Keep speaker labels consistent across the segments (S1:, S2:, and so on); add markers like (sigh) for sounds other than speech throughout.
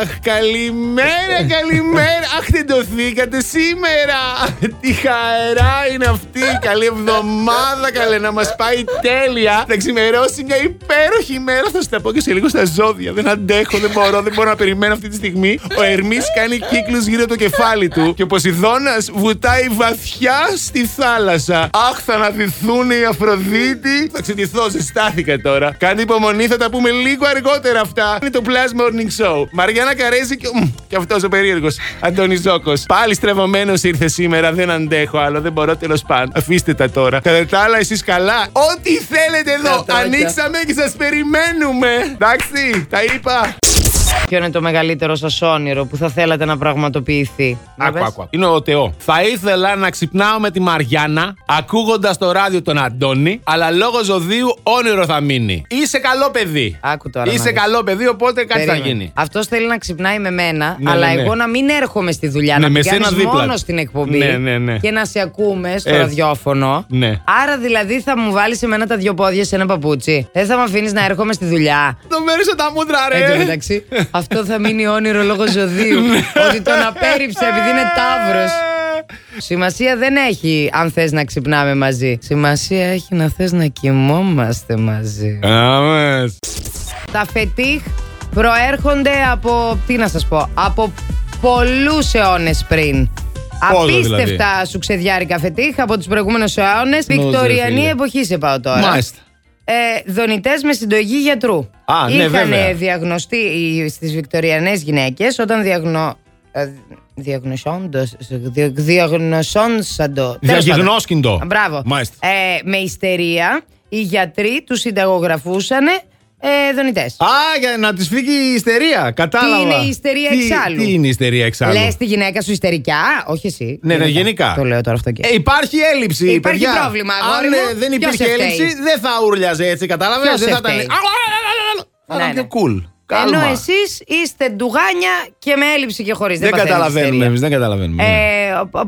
S1: Αχ, καλημέρα, καλημέρα. Αχ, τεντωθήκατε σήμερα. Τι χαρά είναι αυτή. Καλή εβδομάδα, καλέ να μας πάει τέλεια. Θα ξημερώσει μια υπέροχη ημέρα. Θα σα τα πω και σε λίγο στα ζώδια. Δεν αντέχω, δεν μπορώ, δεν μπορώ να περιμένω αυτή τη στιγμή. Ο Ερμής κάνει κύκλους γύρω το κεφάλι του και ο Ποσειδώνας βουτάει βαθιά στη θάλασσα. Αχ, θα αναδυθούν οι Αφροδίτη. Θα ξετηθώ, ζεστάθηκα τώρα. Κάντε υπομονή, θα τα πούμε λίγο αργότερα αυτά. Είναι το Plus Morning Show. Μαριάννα Καρέζη και, μμ, και αυτός ο περίεργος. Αντώνης Ζόκο. Πάλι στρεβωμένο ήρθε σήμερα. Δεν αντέχω άλλο, δεν μπορώ τέλος πάντων. Αφήστε τα τώρα. Κατά τα άλλα, εσείς καλά. Ό,τι θέλετε εδώ.
S2: Κατάκια.
S1: Ανοίξαμε και σας περιμένουμε. Εντάξει, τα είπα.
S2: Ποιο είναι το μεγαλύτερο σας όνειρο που θα θέλατε να πραγματοποιηθεί. Να
S1: Άκου,
S2: πες.
S1: άκου. Είναι ο Θεό. Θα ήθελα να ξυπνάω με τη Μαριάννα, ακούγοντας το ράδιο τον Αντώνη, αλλά λόγω ζωδίου όνειρο θα μείνει. Είσαι καλό παιδί.
S2: Άκου τώρα να
S1: Είσαι
S2: δεις.
S1: καλό παιδί, οπότε κάτι θα
S2: Περίμενε.
S1: γίνει.
S2: Αυτός θέλει να ξυπνάει με μένα,
S1: Ναι,
S2: αλλά
S1: ναι, ναι.
S2: εγώ να μην έρχομαι στη δουλειά.
S1: Ναι,
S2: να
S1: με
S2: πηγαίνεις
S1: σένα δίπλα.
S2: μόνος στην εκπομπή
S1: Ναι, ναι, ναι.
S2: και να σε ακούμε στο
S1: Έτσι.
S2: ραδιόφωνο.
S1: Ναι.
S2: Άρα δηλαδή θα μου βάλεις εμένα τα δυο πόδια σε ένα παπούτσι. Δεν θα με αφήνεις να έρχομαι στη δουλειά.
S1: Το μέρισα τα μούτρα,
S2: Εν τω
S1: (laughs)
S2: μεταξύ, αυτό θα μείνει όνειρο λόγω ζωδίου.
S1: Ναι.
S2: ότι τον απέρριψε επειδή είναι τάβρος. Σημασία δεν έχει αν θες να ξυπνάμε μαζί. Σημασία έχει να θες να κοιμόμαστε μαζί.
S1: Αμέσως.
S2: Τα φετίχ προέρχονται από, τι να σας πω, από πολλούς αιώνες πριν.
S1: Πόσο
S2: Απίστευτα
S1: δηλαδή?
S2: σου ξεδιάρικα φετίχ από τους προηγούμενους αιώνες.
S1: Νους, ρε
S2: Βικτοριανή
S1: φίλε.
S2: εποχή σε πάω τώρα.
S1: Μάλιστα.
S2: Ε, Δονητές με συντογή γιατρού.
S1: Α, ναι,
S2: Είχαν
S1: βέβαια.
S2: διαγνωστεί στι Βικτοριανέ γυναίκες όταν διαγνω. ε, διαγνωσόντος- δια- Διαγνωσόντσαντο. Τέλος
S1: Διαγνώσκυντο.
S2: πάντων. Μπράβο.
S1: Μάλιστα.
S2: Ε, με ιστερία, οι γιατροί τους συνταγογραφούσαν ε, δονητές.
S1: Α, για να της φύγει η ιστερία. Κατάλαβα.
S2: είναι η ιστερία
S1: Τι-
S2: εξάλλου?
S1: Τι είναι η ιστερία εξάλλου.
S2: Λες τη γυναίκα σου ιστερικιά, όχι εσύ.
S1: Ναι, ναι, γενικά.
S2: Το λέω τώρα αυτό και.
S1: Ε, υπάρχει έλλειψη.
S2: Υπάρχει
S1: παιδιά.
S2: πρόβλημα, αγόρι
S1: Αν ε,
S2: μου.
S1: δεν
S2: Ποιος
S1: υπήρχε
S2: σε φταίει?
S1: έλλειψη, δεν θα ούρλιαζε έτσι, κατάλαβες.
S2: Ποιος
S1: Δεν
S2: σε
S1: θα ήταν.
S2: φταίει?
S1: Θα ήταν
S2: Ναι,
S1: πιο
S2: ναι.
S1: cool. Κάλμα.
S2: Ενώ εσείς είστε ντουγάνια και με έλλειψη και χωρίς.
S1: Δεν καταλαβαίνουμε Ναι. εμείς, δεν καταλαβαίνουμε.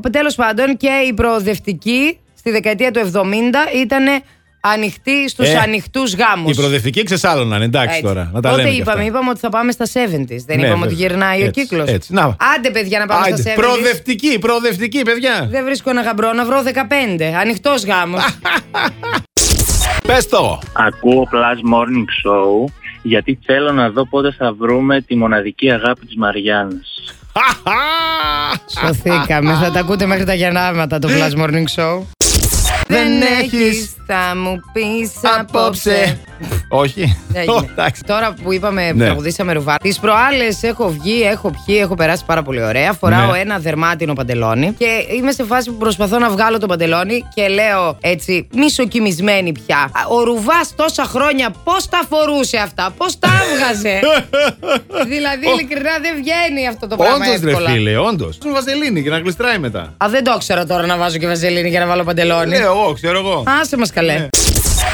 S2: Ε, Τέλος πάντων, και η προοδευτική στη δεκαετία του 70 ήταν ανοιχτή στους
S1: Ε,
S2: ανοιχτούς γάμους.
S1: Οι προοδευτικοί ξεσάλωναν, εντάξει τώρα. Να τα λέμε.
S2: Τότε
S1: κι αυτά.
S2: είπαμε, είπαμε ότι θα πάμε στα 70s. Δεν
S1: Ναι,
S2: είπαμε ότι
S1: βέβαια.
S2: γυρνάει ο
S1: Έτσι,
S2: κύκλος.
S1: έτσι. Να.
S2: Άντε, παιδιά, να πάμε
S1: Άντε,
S2: στα 70s.
S1: Προοδευτικοί, προοδευτικοί, παιδιά.
S2: Δεν βρίσκω ένα γαμπρό να βρω 15. Ανοιχτός γάμος.
S1: Πες το.
S3: Ακούω Plus Morning Show γιατί θέλω να δω πότε θα βρούμε τη μοναδική αγάπη της Μαριάννας.
S2: Σωθήκαμε. θα τα ακούτε μέχρι τα γεννάματα το Plus Morning Show.
S1: Δεν έχεις.
S2: έχεις, θα μου πεις απόψε. (laughs)
S1: Όχι.
S2: Ναι, έγινε.
S1: Ω, εντάξει.
S2: Τώρα που είπαμε, που
S1: Ναι.
S2: τραγουδήσαμε ρουβά. Τις προάλλες έχω βγει, έχω πιει, έχω περάσει πάρα πολύ ωραία. Φοράω
S1: Ναι.
S2: ένα δερμάτινο παντελόνι και είμαι σε φάση που προσπαθώ να βγάλω το παντελόνι και λέω έτσι, μισοκιμισμένη πια. «Α, Ο ρουβάς τόσα χρόνια πώς τα φορούσε αυτά, πώς τα (laughs) έβγαζε. δηλαδή, ειλικρινά δεν βγαίνει αυτό το πράγμα.
S1: Όντως, ρε
S2: εύκολα.
S1: φίλε, όντως. Του βαζελίνη για να γλιστράει μετά.
S2: Α, δεν το ξέρω τώρα να βάζω και βαζελίνη για να βάλω παντελόνι.
S1: Λέω εγώ, ξέρω εγώ.
S2: Άσε μας καλέ.
S1: Ναι.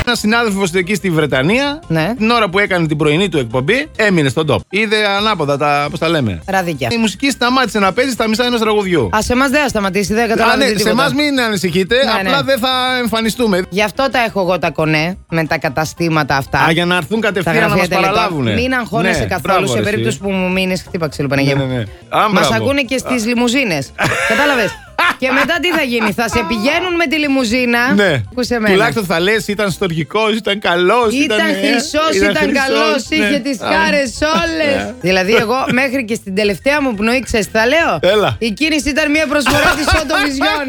S1: Ένα συνάδελφος εκεί στη Βρετανία,
S2: Ναι.
S1: την ώρα που έκανε την πρωινή του εκπομπή, έμεινε στον τόπ. Είδε ανάποδα τα. Πώς τα λέμε.
S2: Ραδίκια.
S1: Η μουσική σταμάτησε να παίζει στα μισά ενός τραγουδιού.
S2: Α, σε εμάς δεν θα σταματήσει, δεν
S1: Α,
S2: καταλαβαίνω.
S1: ναι, σε εμάς μην ανησυχείτε,
S2: Ναι,
S1: απλά
S2: ναι.
S1: δεν θα εμφανιστούμε.
S2: Γι' αυτό τα έχω εγώ τα κονέ με τα καταστήματα αυτά.
S1: Α, για να έρθουν
S2: τα
S1: κατευθείαν να Ναι,
S2: γραφεία
S1: μας
S2: τελετών.
S1: παραλάβουν.
S2: Μην αγχώνεσαι καθόλου σε περίπτωση που μου μείνεις. Χτύπα ξύλο, Παναγία
S1: Ναι,
S2: μου.
S1: ναι, ναι. Α,
S2: Μας
S1: μπράβο.
S2: ακούνε και στις λιμουζίνες.
S1: (laughs)
S2: Κατάλαβες. Και μετά τι θα γίνει, θα σε πηγαίνουν με τη λιμουζίνα.
S1: Ναι.
S2: Ακούσε μένα.
S1: Τουλάχιστον θα λες, ήταν στοργικός, ήταν ε. καλός.
S2: Ήταν χρυσός, ήταν, καλός,
S1: ναι.
S2: είχε τις χάρες όλες. δηλαδή, εγώ μέχρι και στην τελευταία μου πνοή, ξέρεις τι θα λέω.
S1: Έλα.
S2: Η κίνηση ήταν μια προσφορά της Οντοβιζιών.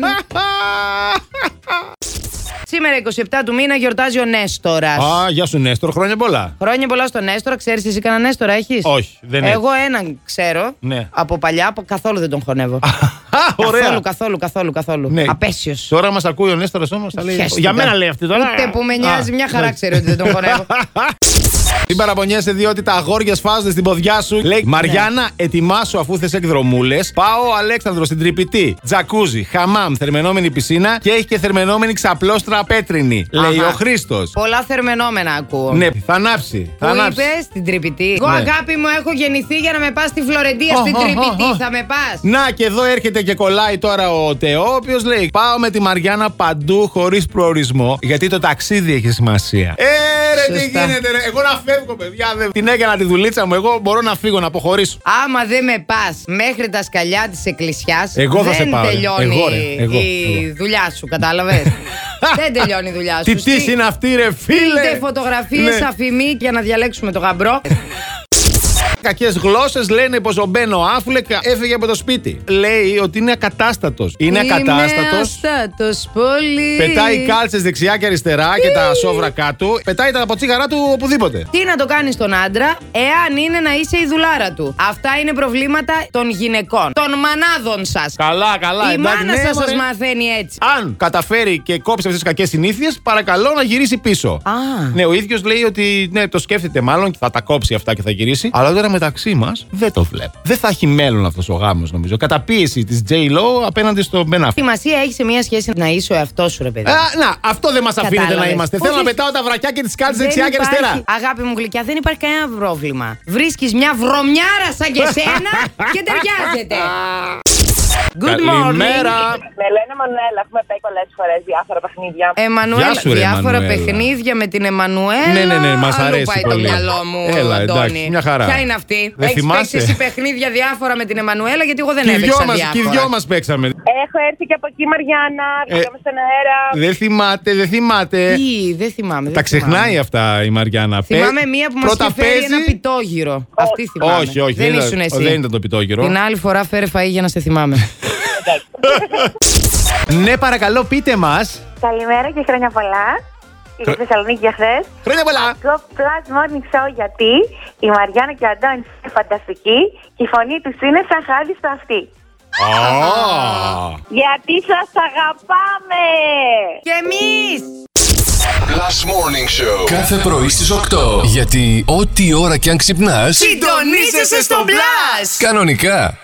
S2: Σήμερα 27 του μήνα γιορτάζει ο Νέστορας.
S1: (laughs) Α, γεια σου Νέστορ, χρόνια πολλά.
S2: Χρόνια πολλά στον Νέστορα. Ξέρεις εσύ κανένα Νέστορα έχεις.
S1: Όχι, δεν έχω.
S2: Εγώ έναν ξέρω
S1: Ναι.
S2: από παλιά που καθόλου δεν τον χωνεύω.
S1: Α, ωραία.
S2: Καθόλου, καθόλου, καθόλου. καθόλου.
S1: Ναι.
S2: Απέσιος.
S1: Τώρα μας ακούει ο Νέστορα όμω.
S2: Χέστηκα.
S1: Για μένα λέει αυτή τώρα.
S2: Ούτε που με νοιάζει,
S1: Α,
S2: μια χαρά
S1: ναι.
S2: ξέρει ότι δεν τον χωνεύω.
S1: (laughs) Μην παραπονιέσαι διότι τα αγόρια σφάζονται στην ποδιά σου. Λέει
S2: Ναι.
S1: Μαριάννα, ετοιμάσου αφού θες εκδρομούλες. Πάω Αλέξανδρο στην τρυπητή. Τζακούζι, χαμάμ, θερμενόμενη πισίνα και έχει και θερμενόμενη ξαπλώστρα πέτρινη. Λέει
S2: Αχα.
S1: ο Χρήστος.
S2: Πολλά θερμενόμενα ακούω.
S1: Ναι, θα ανάψει.
S2: Που
S1: Θα ανάψει.
S2: είπες στην τρυπητή. Εγώ
S1: Ναι.
S2: αγάπη μου έχω γεννηθεί για να με πας στη Φλωρεντία.
S1: Ω,
S2: στην
S1: ω, ω, ω.
S2: τρυπητή θα με πας.
S1: Να και εδώ έρχεται και κολλάει τώρα ο Τεό, ο οποίος λέει: Πάω με τη Μαριάννα παντού χωρίς προορισμό, γιατί το ταξίδι έχει σημασία. Ε, ρε, τι
S2: Σωστά.
S1: γίνεται, ρε. Εγώ να φεύγω, παιδιά. δεν- Την έκανα τη δουλίτσα μου. Εγώ μπορώ να φύγω, να αποχωρήσω.
S2: Άμα δεν με πας μέχρι τα σκαλιά της εκκλησιάς,
S1: Εγώ θα
S2: δεν
S1: σε πάω, ρε.
S2: τελειώνει
S1: Εγώ, ρε. Εγώ,
S2: η
S1: εγώ.
S2: δουλειά σου,
S1: (laughs)
S2: κατάλαβες. δεν τελειώνει η δουλειά σου.
S1: Τι τύχη είναι αυτή, ρε φίλε.
S2: Είτε φωτογραφίες,
S1: Ναι.
S2: αφημί για να διαλέξουμε το γαμπρό.
S1: Κακές γλώσσες λένε πως ο Μπένο Άφλεκα έφυγε από το σπίτι. Λέει ότι είναι ακατάστατος. Είναι ακατάστατο.
S2: Ακατάστατο πολύ.
S1: Πετάει κάλτσες δεξιά και αριστερά και τα σόβρα κάτω. Πετάει τα ποτσίγαρά του οπουδήποτε.
S2: Τι να το κάνει τον άντρα, εάν είναι να είσαι η δουλάρα του. Αυτά είναι προβλήματα των γυναικών. Των μανάδων σας.
S1: Καλά, καλά.
S2: Η
S1: εντάξει,
S2: μάνα
S1: ναι,
S2: σας
S1: μωρέ.
S2: μαθαίνει έτσι.
S1: Αν καταφέρει και κόψει αυτές τις κακές συνήθειες, παρακαλώ να γυρίσει πίσω.
S2: Α.
S1: Ναι, ο ίδιος λέει ότι ναι, το σκέφτεται μάλλον και θα τα κόψει αυτά και θα γυρίσει. Αλλά τώρα μεταξύ μας δεν το βλέπω. Δεν θα έχει μέλλον αυτός ο γάμος, νομίζω. Καταπίεση της J-Lo απέναντι στον Ben Affleck.
S2: Τι σημασία έχει σε μια σχέση να είσαι ο εαυτός σου, ρε παιδί.
S1: Α, να, αυτό δεν μας αφήνεται να
S2: Ε, Κατάλαβες.
S1: είμαστε. Θέλω
S2: Όχι.
S1: να πετάω τα βρακιά και τις κάλτσε
S2: Δεν
S1: δεξιά και
S2: υπάρχει-
S1: αριστερά.
S2: Αγάπη μου γλυκιά, δεν υπάρχει κανένα πρόβλημα. Βρίσκεις μια βρωμιάρα σαν και σένα και ταιριάζεται.
S1: (laughs)
S2: Good morning.
S1: Καλημέρα.
S4: Με λένε Μανουέλα, έχουμε πάει πολλές φορές διάφορα παιχνίδια.
S2: Εμμανουέλα,
S1: Γεια σου, ρε,
S2: διάφορα
S1: Εμμανουέλα.
S2: παιχνίδια με την Εμμανουέλα.
S1: Ναι, ναι, ναι, μας
S2: Αλλού
S1: αρέσει
S2: πάει
S1: πολύ.
S2: το μυαλό μου,
S1: Έλα,
S2: Αντώνη.
S1: εντάξει, μια χαρά.
S2: Ποια είναι αυτή.
S1: Δεν
S2: Έχεις
S1: θυμάσαι.
S2: παίξει εσύ παιχνίδια διάφορα με την Εμμανουέλα, γιατί εγώ δεν
S1: Και οι δυο
S2: έπαιξα
S1: μας-
S2: διάφορα.
S1: Και οι δυο μας παίξαμε.
S4: Έχω έρθει και από εκεί, Μαριάννα. Βγήκαμε στον αέρα.
S1: Δεν θυμάται, δεν θυμάται.
S2: Τι, δεν θυμάμαι. δεν
S1: Τα ξεχνάει
S2: θυμάμαι.
S1: αυτά η Μαριάννα. Πε-
S2: Θυμάμαι μία που μας
S1: πρώτα
S2: είχε φέρει
S1: παίζει-
S2: ένα πιτόγυρο. Αυτή θυμάμαι.
S1: Όχι, όχι.
S2: Δεν
S1: ήταν-
S2: ήσουν εσύ.
S1: Δεν ήταν το πιτόγυρο.
S2: Την άλλη φορά φέρε φαΐ για να σε
S1: (laughs)
S2: θυμάμαι.
S1: Ναι, παρακαλώ, πείτε μας.
S5: Καλημέρα και χρόνια πολλά. Είμαι στη Θεσσαλονίκη για χθες.
S1: Χρόνια πολλά.
S5: Go Plus Morning Show γιατί η Μαριάννα και ο Αντώνης είναι φανταστικοί και η φωνή τους είναι σαν χάδι στο αυτί.
S1: Α.
S4: Γιατί σας αγαπάμε!
S2: Και εμείς!
S6: Last Morning Show. Κάθε πρωί στις 8. Γιατί ό,τι ώρα κι αν ξυπνάς,
S2: Συντονίζεσαι στο μπλα!
S6: κανονικά.